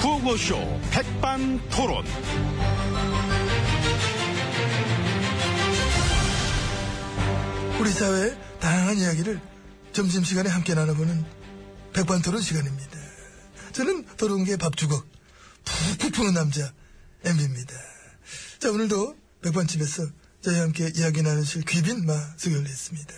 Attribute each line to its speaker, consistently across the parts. Speaker 1: 라디오쇼 백반토론.
Speaker 2: 우리 사회의 다양한 이야기를 점심시간에 함께 나눠보는 백반토론 시간입니다. 저는 토론계 밥주걱, 푹푹 푸는 남자, MB입니다. 자, 오늘도 백반집에서 저희와 함께 이야기 나누실 귀빈 마 소개를 했습니다.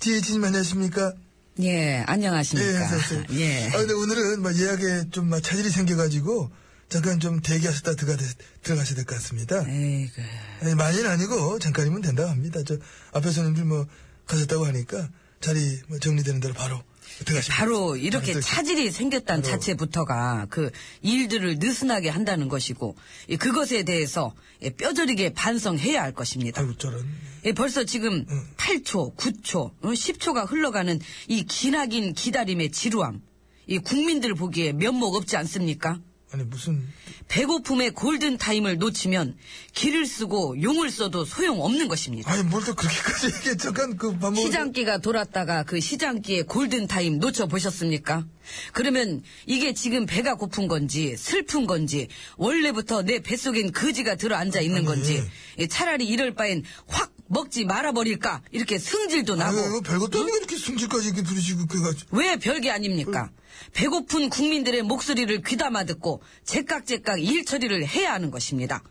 Speaker 2: 지혜진님 안녕하십니까?
Speaker 3: 예,
Speaker 2: 예,
Speaker 3: 안녕하십니까.
Speaker 2: 어서오세요.
Speaker 3: 예.
Speaker 2: 아, 근데 오늘은 막 예약에 좀 막 차질이 생겨가지고 잠깐 좀 대기하셨다 들어가, 들어가셔야 될 것 같습니다.
Speaker 3: 에이그.
Speaker 2: 아니, 많이는 아니고 잠깐이면 된다고 합니다. 저 앞에 손님들 뭐 가셨다고 하니까 자리 뭐 정리되는 대로 바로 들어가시면
Speaker 3: 바로 이렇게
Speaker 2: 바로
Speaker 3: 차질이 생겼다는
Speaker 2: 아, 바로.
Speaker 3: 자체부터가 그 일들을 느슨하게 한다는 것이고 예, 그것에 대해서 예, 뼈저리게 반성해야 할 것입니다.
Speaker 2: 아이고 저런
Speaker 3: 예, 벌써 지금
Speaker 2: 음.
Speaker 3: 8초, 9초, 어, 10초가 흘러가는 이 기나긴 기다림의 지루함. 이 국민들 보기에 면목 없지 않습니까?
Speaker 2: 아니 무슨
Speaker 3: 배고픔의 골든 타임을 놓치면 길을 쓰고 용을 써도 소용 없는 것입니다.
Speaker 2: 아니 뭘 또 그렇게까지 얘기해 잠깐 그밥 먹
Speaker 3: 시장기가 돌았다가 그 시장기의 골든타임 놓쳐보셨습니까? 그러면 이게 지금 배가 고픈 건지 슬픈 건지 원래부터 내 뱃속엔 거지가 들어앉아 있는
Speaker 2: 아니.
Speaker 3: 건지 예, 차라리 이럴 바엔 확 먹지 말아버릴까 이렇게 승질도 나고
Speaker 2: 아이고 별것도 아니고 이렇게 숨질까지 이렇게 부르시고 그래가지고
Speaker 3: 왜 별게 아닙니까? 배고픈 국민들의 목소리를 귀담아 듣고 제깍제깍 일처리를 해야 하는 것입니다.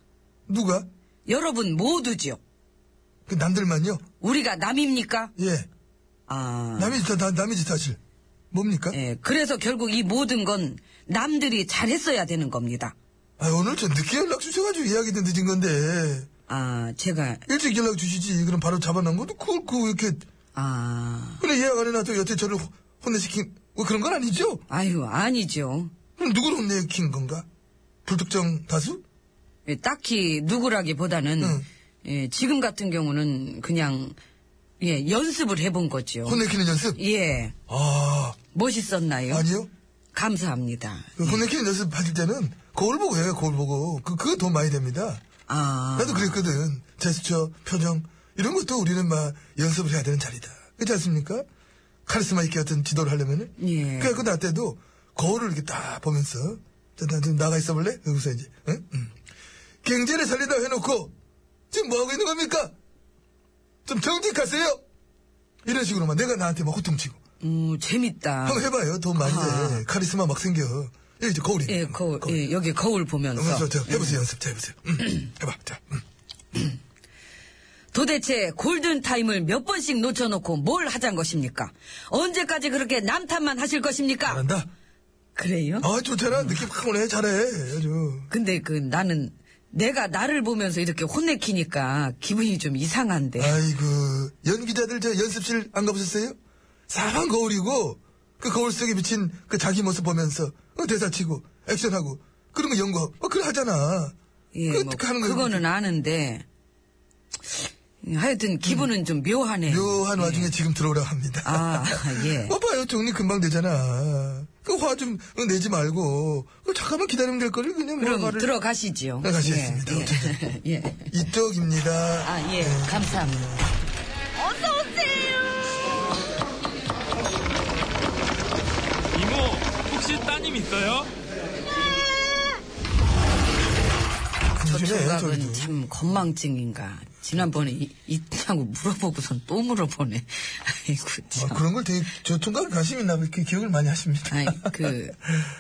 Speaker 2: 누가
Speaker 3: 여러분 모두지요.
Speaker 2: 그 남들만요
Speaker 3: 우리가 남입니까?
Speaker 2: 예
Speaker 3: 아...
Speaker 2: 남이지 다 남이지 사실 뭡니까
Speaker 3: 예, 그래서 결국 이 모든 건 남들이 잘했어야 되는 겁니다.
Speaker 2: 아 오늘 저 늦게 연락 주셔가지고 이야기도 늦은 건데
Speaker 3: 아, 제가,
Speaker 2: 일찍 연락 주시지 그럼 바로 잡아놓은 것도 그걸 그 이렇게
Speaker 3: 아,
Speaker 2: 그래 예약 안 해놔도 여태 저를 호- 혼내시킨 뭐 그런 건 아니죠
Speaker 3: 아유, 아니죠.
Speaker 2: 그럼 누구를 혼내킨 건가? 불특정 다수?
Speaker 3: 예, 딱히 누구라기보다는,
Speaker 2: 응.
Speaker 3: 예, 지금 같은 경우는 그냥, 예, 연습을 해본 거죠.
Speaker 2: 혼내키는 연습?
Speaker 3: 예,
Speaker 2: 아,
Speaker 3: 멋있었나요?
Speaker 2: 아니요.
Speaker 3: 감사합니다.
Speaker 2: 그 혼내키는 연습 하실 때는 거울 보고 해요, 거울 보고. 그, 그거 돈 많이 됩니다.
Speaker 3: 아,
Speaker 2: 나도 그랬거든. 제스처, 표정, 이런 것도 우리는 막 연습을 해야 되는 자리다. 그렇지 않습니까? 카리스마 있게 어떤 지도를 하려면은.
Speaker 3: 예.
Speaker 2: 그래갖고 나 때도 거울을 이렇게 딱 보면서, 자, 나좀 나가 있어 볼래? 여기서 이제, 응? 응. 경제를 살리다 해놓고, 지금 뭐하고 있는 겁니까? 좀 정직하세요! 이런 식으로만 내가 나한테 막 호통치고.
Speaker 3: 음, 재밌다.
Speaker 2: 한번 해봐요. 돈 많이 돼.
Speaker 3: 아.
Speaker 2: 카리스마 막 생겨. 여기 이제 거울이.
Speaker 3: 예, 거울, 예, 여기 거울 보면서.
Speaker 2: 저, 저, 해보세요. 연습, 자, 해보세요. 음, 해봐. 자, 음.
Speaker 3: 도대체 골든타임을 몇 번씩 놓쳐놓고 뭘 하잔 것입니까? 언제까지 그렇게 남탓만 하실 것입니까?
Speaker 2: 잘한다.
Speaker 3: 그래요?
Speaker 2: 아, 좋잖아. 느낌 확 오네. 잘해. 아주.
Speaker 3: 근데 그 나는 내가 나를 보면서 이렇게 혼내키니까 기분이 좀 이상한데.
Speaker 2: 아이고. 연기자들 저 연습실 안 가보셨어요? 사방 거울이고, 그 거울 속에 비친 그 자기 모습 보면서, 어, 대사 치고, 액션하고, 그런 거 연구하고, 어, 그걸 하잖아.
Speaker 3: 예,
Speaker 2: 그-
Speaker 3: 뭐
Speaker 2: 그 하는 거
Speaker 3: 그거는 아는데 하여튼 기분은 좀
Speaker 2: 음.
Speaker 3: 묘하네요.
Speaker 2: 묘한 어, 와중에 지금 들어오라고 합니다.
Speaker 3: 예. 아, 예.
Speaker 2: 봐봐요. 정리 금방 되잖아. 그 화 좀 내지 말고, 그 잠깐만 기다리면 될 거를 그냥 뭐
Speaker 3: 그럼
Speaker 2: 화를-
Speaker 3: 들어가시지요.
Speaker 2: 네, 가시겠습니다. 어쨌든.
Speaker 3: 예. 예.
Speaker 2: 이쪽입니다.
Speaker 3: 아, 예.
Speaker 2: 네.
Speaker 3: 감사합니다.
Speaker 4: 이모, 혹시 따님 있어요?
Speaker 2: 네,
Speaker 3: 저
Speaker 2: 굶주려,
Speaker 3: 조각은
Speaker 2: 그 저희도.
Speaker 3: 참 건망증인가. 지난번에 이- 있다고 물어보고선 또 물어보네. 아이고,
Speaker 2: 아,
Speaker 3: 참.
Speaker 2: 그런 걸 되게 저 통감 관심 있나 봐. 이렇게 기억을 많이 하십니다.
Speaker 3: 아이, 그,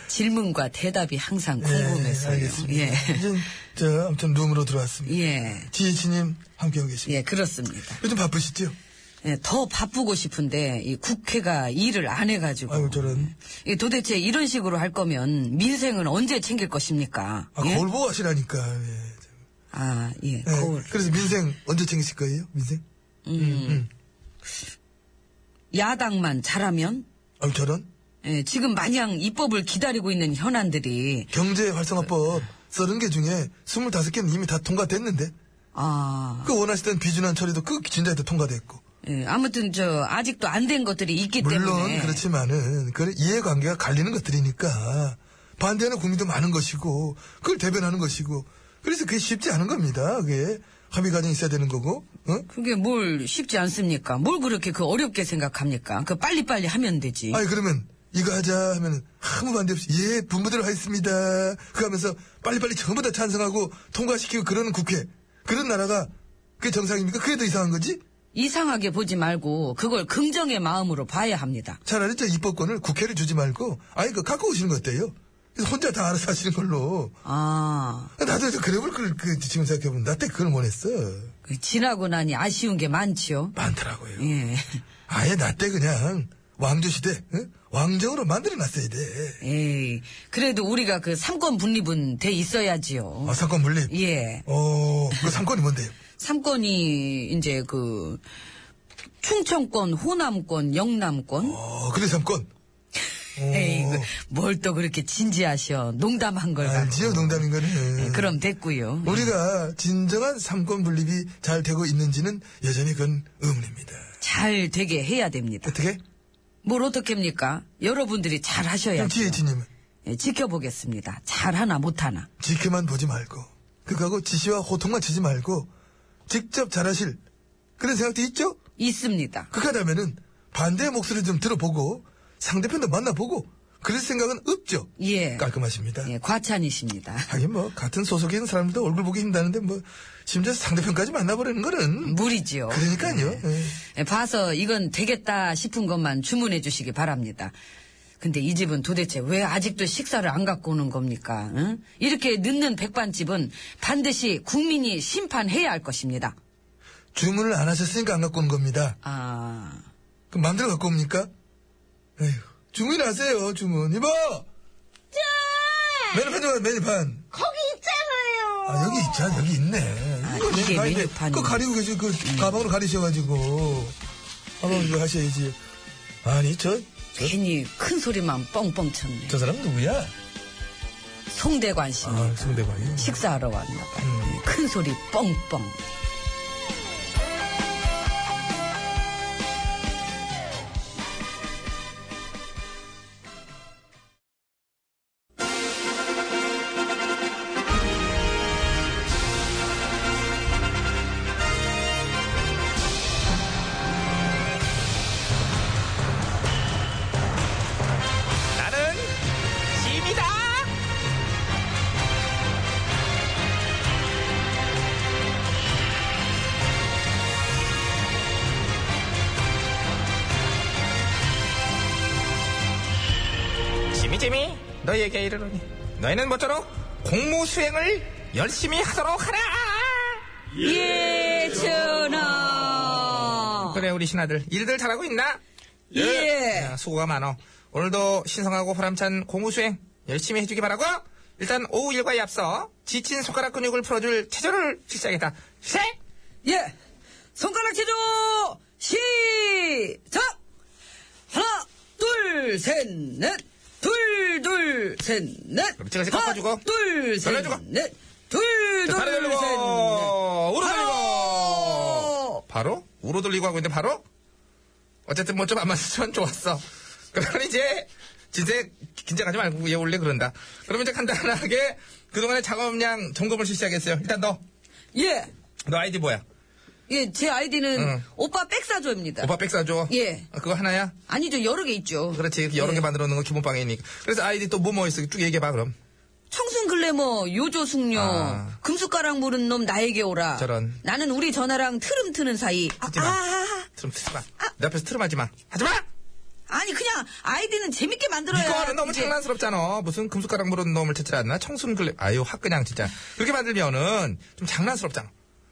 Speaker 3: 질문과 대답이 항상
Speaker 2: 예,
Speaker 3: 궁금해서요.
Speaker 2: 알겠습니다.
Speaker 3: 예.
Speaker 2: 이제 저 아무튼 룸으로 들어왔습니다.
Speaker 3: 예.
Speaker 2: 지혜치님 함께하고 계십니다.
Speaker 3: 예, 그렇습니다.
Speaker 2: 요즘 바쁘시죠?
Speaker 3: 예, 더 바쁘고 싶은데, 이 국회가 일을 안 해가지고.
Speaker 2: 아유, 저런.
Speaker 3: 이 도대체 이런 식으로 할 거면 민생은 언제 챙길 것입니까?
Speaker 2: 아,
Speaker 3: 예?
Speaker 2: 거울 보고 하시라니까. 예.
Speaker 3: 아, 예,
Speaker 2: 예,
Speaker 3: 거울. 음.
Speaker 2: 그래서 민생 언제 챙기실 거예요? 민생? 음,
Speaker 3: 야당만 잘하면?
Speaker 2: 아유, 저런.
Speaker 3: 예, 지금 마냥 입법을 기다리고 있는 현안들이,
Speaker 2: 경제 활성화법 30개 중에 25개는 이미 다 통과됐는데.
Speaker 3: 아,
Speaker 2: 그 원하시던 비준안 처리도 그 진작에도 통과됐고.
Speaker 3: 예, 아무튼 저, 아직도 안 된 것들이 있기
Speaker 2: 물론
Speaker 3: 때문에.
Speaker 2: 그렇지만은 그 이해관계가 갈리는 것들이니까 반대하는 국민도 많은 것이고 그걸 대변하는 것이고 그래서 그게 쉽지 않은 겁니다. 그게 합의 과정이 있어야 되는 거고 어?
Speaker 3: 그게 뭘 쉽지 않습니까? 뭘 그렇게 그 어렵게 생각합니까? 그 빨리빨리 하면 되지.
Speaker 2: 아니 그러면 이거 하자 하면 아무 반대 없이 예 분부대로 하겠습니다. 그 하면서 빨리빨리 전부 다 찬성하고 통과시키고 그러는 국회 그런 나라가 그게 정상입니까? 그게 더 이상한 거지?
Speaker 3: 이상하게 보지 말고 그걸 긍정의 마음으로 봐야 합니다.
Speaker 2: 차라리 저 입법권을 국회를 주지 말고 아예 그 갖고 오시는 거 어때요? 그래서 혼자 다 알아서 하시는 걸로
Speaker 3: 아,
Speaker 2: 나도 저 그래볼 걸 그, 지금 생각해보면 나때 그걸 원했어
Speaker 3: 그 지나고 나니 아쉬운 게 많지요.
Speaker 2: 많더라고요.
Speaker 3: 예.
Speaker 2: 아예 나 때 그냥 왕조 시대 응? 왕정으로 만들어놨어야 돼.
Speaker 3: 에이, 그래도 우리가 그 삼권 분립은 돼 있어야지요.
Speaker 2: 아 삼권 분립.
Speaker 3: 예.
Speaker 2: 어, 그 삼권이 뭔데요?
Speaker 3: 삼권이 이제 그 충청권, 호남권, 영남권.
Speaker 2: 어, 그래 삼권. 어,
Speaker 3: 에이, 그 뭘 또 그렇게 진지하셔. 농담한 걸
Speaker 2: 알지요 농담인
Speaker 3: 예,
Speaker 2: 거는.
Speaker 3: 그럼 됐고요.
Speaker 2: 우리가 진정한 삼권 분립이 잘 되고 있는지는 여전히 그건 의문입니다.
Speaker 3: 잘 되게 해야 됩니다.
Speaker 2: 어떻게?
Speaker 3: 뭘 어떻게 합니까? 여러분들이 잘 하셔야죠.
Speaker 2: 그럼 지혜진님은?
Speaker 3: 예, 지켜보겠습니다. 잘 하나 못 하나.
Speaker 2: 지켜만 보지 말고 그거하고 지시와 호통만 치지 말고 직접 잘하실 그런 생각도 있죠?
Speaker 3: 있습니다.
Speaker 2: 그하다면은 반대의 목소리 좀 들어보고 상대편도 만나보고 그럴 생각은 없죠?
Speaker 3: 예.
Speaker 2: 깔끔하십니다.
Speaker 3: 예, 과찬이십니다.
Speaker 2: 하긴 뭐 같은 소속인 사람들도 얼굴 보기 힘드는데 뭐 심지어 상대편까지 만나버리는
Speaker 3: 뭐.
Speaker 2: 거는
Speaker 3: 무리지요.
Speaker 2: 그러니까요. 예.
Speaker 3: 예, 봐서 이건 되겠다 싶은 것만 주문해 주시기 바랍니다. 근데 이 집은 도대체 왜 아직도 식사를 안 갖고 오는 겁니까? 응? 이렇게 늦는 백반집은 반드시 국민이 심판해야 할 것입니다.
Speaker 2: 주문을 안 하셨으니까 안 갖고 온 겁니다.
Speaker 3: 아,
Speaker 2: 그럼 마음대로 갖고 옵니까? 에휴, 주문하세요, 주문. 이봐! 메뉴판 좀, 메뉴판.
Speaker 5: 거기 있잖아요.
Speaker 2: 아, 여기 있잖아, 여기 있네. 이거
Speaker 3: 이게
Speaker 2: 내가 이제
Speaker 3: 메뉴판이.
Speaker 2: 그거 가리고 계시, 그, 가방으로 가리셔가지고. 한번 이거 하셔야지. 아니, 저, 저,
Speaker 3: 괜히 큰 소리만 뻥뻥 쳤네.
Speaker 2: 저 사람 누구야?
Speaker 3: 송대관 씨.
Speaker 2: 아, 음. 송대관이.
Speaker 3: 식사하러 왔나 봐요. 큰 소리 뻥뻥.
Speaker 1: 나는 짐이다.
Speaker 6: 지미 지미 너희에게 이르노니 너희는 모쪼록 공무 수행을 열심히 하도록 하라.
Speaker 3: 예, 전하.
Speaker 6: 그래 우리 신하들 일들 잘하고 있나?
Speaker 3: 예.
Speaker 6: 야, 수고가 많어. 오늘도 신성하고 보람찬 공무 수행 열심히 해주기 바라고. 일단 오후 일과에 앞서 지친 손가락 근육을 풀어줄 체조를 실시하겠다. 시작.
Speaker 3: 예! 손가락 체조! 시작! 하나, 둘, 셋, 넷! 둘, 둘, 셋, 넷!
Speaker 6: 그럼 제가 이제
Speaker 3: 하나,
Speaker 6: 꺾어주고,
Speaker 3: 둘, 셋,
Speaker 6: 돌려주고.
Speaker 3: 넷! 둘,
Speaker 6: 자,
Speaker 3: 둘,
Speaker 6: 다리
Speaker 3: 셋, 넷!
Speaker 6: 돌리고 오른
Speaker 3: 하나,
Speaker 6: 돌리고 바로 우로 돌리고 하고 있는데 바로 어쨌든 뭐 좀 안 맞았지만 좋았어. 그러면 이제 진짜 긴장하지 말고 얘 원래 그런다. 그러면 이제 간단하게 그동안의 작업량 점검을 실시하겠어요. 일단 너
Speaker 3: 예!
Speaker 6: 너 아이디 뭐야?
Speaker 3: 예, 제 아이디는
Speaker 6: 응.
Speaker 3: 오빠 백사조입니다.
Speaker 6: 오빠 백 사줘.
Speaker 3: 예.
Speaker 6: 아, 그거 하나야?
Speaker 3: 아니죠, 여러 개 있죠.
Speaker 6: 그렇지. 여러
Speaker 3: 예.
Speaker 6: 개 만들어 놓는 거 기본 방이니까. 그래서 아이디 또 뭐 뭐 있어? 쭉 얘기해 봐 그럼.
Speaker 3: 청순 글래머, 요조 숙녀,
Speaker 6: 아.
Speaker 3: 금숟가락 무른 놈 나에게 오라.
Speaker 6: 저런.
Speaker 3: 나는 우리 전화랑 트름 트는 사이. 아,
Speaker 6: 하지 마.
Speaker 3: 아,
Speaker 6: 트럼 트지 마. 내 앞에서 트름 하지 마. 하지 마.
Speaker 3: 아니 그냥 아이디는 재밌게 만들어야
Speaker 6: 이거는 너무
Speaker 3: 이게-
Speaker 6: 장난스럽잖아. 무슨 금숟가락 물은 놈을 찾지 않나? 청순 글래. 아유, 확 그냥 진짜. 그렇게 만들면은 좀 장난스럽잖아.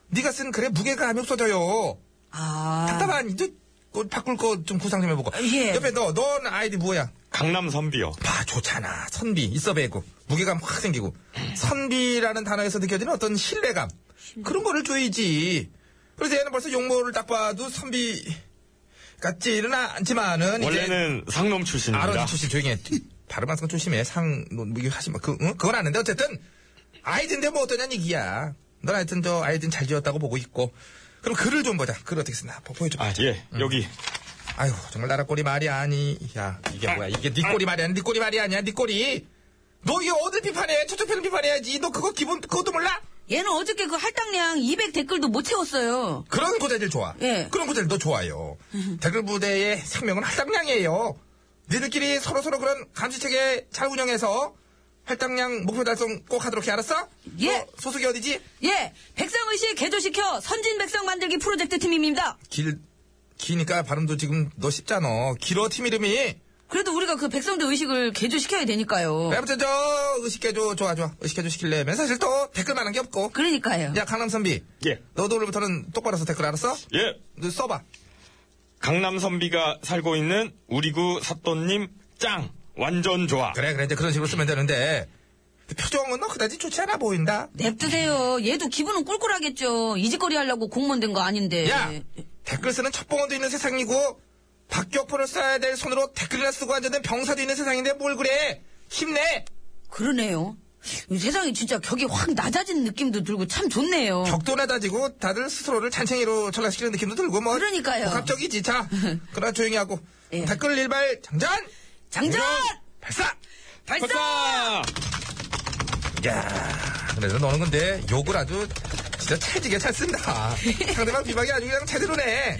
Speaker 6: 네가 쓴 글에 무게가 안 없어져요.
Speaker 3: 아
Speaker 6: 답답한 이제 그 바꿀 거 좀 구상 좀 해보고.
Speaker 3: 예.
Speaker 6: 옆에 너, 넌 아이디 뭐야?
Speaker 1: 강남 선비요.
Speaker 6: 봐, 좋잖아. 선비, 있어 배고 무게감 확 생기고. 선비라는 단어에서 느껴지는 어떤 신뢰감. 그런 거를 줘야지. 그래서 얘는 벌써 용모를 딱 봐도 선비 같지는 않지만은. 이제
Speaker 1: 원래는 상놈 출신입니다.
Speaker 6: 아론 출신 조용히 해. 발음하는 건 조심해. 상, 뭐, 뭐, 이거 하지 마. 그, 응? 그건 아는데, 어쨌든, 아이든데 뭐 어떠냐는 얘기야. 넌 하여튼 저 아이든 잘 지었다고 보고 있고. 그럼 글을 좀 보자. 글 어떻게 쓰나. 보- 보여줘.
Speaker 1: 아, 예. 여기.
Speaker 6: 아이고, 정말 나라 꼴이 말이 아니. 야, 이게 뭐야. 이게 네 꼴이 말이 아니. 네 꼴이 말이 아니야. 네 꼴이. 너 이거 어딜 비판해? 초초편을 비판해야지. 너 그거 기본, 그것도 몰라?
Speaker 3: 얘는 어저께 그 할당량 200 댓글도 못 채웠어요
Speaker 6: 그런 고자질 좋아.
Speaker 3: 예.
Speaker 6: 그런 고자질 너 좋아요. 댓글 부대의 생명은 할당량이에요. 니들끼리 서로서로 그런 감시체계 잘 운영해서 할당량 목표 달성 꼭 하도록 해 알았어?
Speaker 3: 예.
Speaker 6: 너 소속이 어디지?
Speaker 3: 예, 백성의식 개조시켜 선진 백성 만들기 프로젝트 팀입니다.
Speaker 6: 길 기니까 발음도 지금 너 쉽잖아. 길어 팀 이름이.
Speaker 3: 그래도 우리가 그 백성들 의식을 개조시켜야 되니까요.
Speaker 6: 아무튼 저 의식개조 좋아 좋아. 의식개조 시킬래면 사실 또 댓글만한 게 없고.
Speaker 3: 그러니까요.
Speaker 6: 야 강남 선비.
Speaker 1: 예.
Speaker 6: 너도 오늘부터는 똑바로 서 댓글 알았어?
Speaker 1: 예.
Speaker 6: 너 써봐.
Speaker 1: 강남 선비가 살고 있는 우리구 사또님 짱 완전 좋아.
Speaker 6: 그래 그래 이제 그런 식으로 쓰면 되는데 표정은 너 그다지 좋지 않아 보인다.
Speaker 3: 냅두세요. 얘도 기분은 꿀꿀하겠죠. 이직거리 하려고 공무원 된 거 아닌데.
Speaker 6: 야 댓글 쓰는 첩봉원도 있는 세상이고 박격포를 써야 될 손으로 댓글이나 쓰고 앉아있는 병사도 있는 세상인데 뭘 그래? 힘내.
Speaker 3: 그러네요. 이 세상이 진짜 격이 확 낮아진 느낌도 들고 참 좋네요.
Speaker 6: 격도나 다지고 다들 스스로를 잔챙이로 전락시키는 느낌도 들고 뭐
Speaker 3: 그러니까요.
Speaker 6: 복합적이지 자 그러나 조용히 하고
Speaker 3: 예.
Speaker 6: 댓글 일발 장전
Speaker 3: 장전!
Speaker 6: 발사
Speaker 3: 발사!
Speaker 1: 박사!
Speaker 6: 야 그래도 너는 근데 욕을 아주 진짜 찰지게 잘 쓴다 상대방 비박이 아주 그냥 제대로네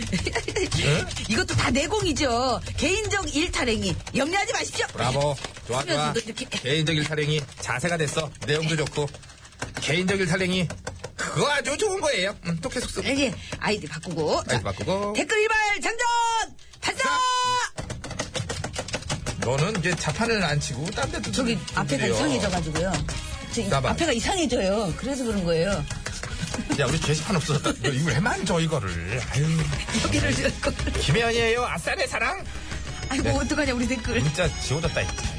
Speaker 3: 이것도 다 내공이죠. 개인적 일탈행위. 염려하지 마십시오.
Speaker 6: 브라보 좋아 좋아
Speaker 3: 하면서도 이렇게.
Speaker 6: 개인적 일탈행위 자세가 됐어 내용도 좋고 개인적 일탈행위 그거 아주 좋은 거예요 음, 또 계속 쓰고
Speaker 3: 예, 아이디 바꾸고.
Speaker 6: 아이디 바꾸고.
Speaker 3: 댓글 일발 장전! 발사!
Speaker 6: 너는 이제 자판을 안 치고 딴 데도
Speaker 3: 저기
Speaker 6: 좀
Speaker 3: 앞에가
Speaker 6: 드려.
Speaker 3: 이상해져가지고요. 저 이-
Speaker 6: 나봐.
Speaker 3: 앞에가 이상해져요. 그래서 그런 거예요.
Speaker 6: 네. 야 우리 게시판 없어졌다 이거 왜 만져 이거를 아유
Speaker 3: 여기를 이렇게.
Speaker 6: 김혜연이에요 아싸네 사랑 네.
Speaker 3: 아이고, 어떡하냐, 우리 댓글.
Speaker 6: 진짜 지워졌다 이.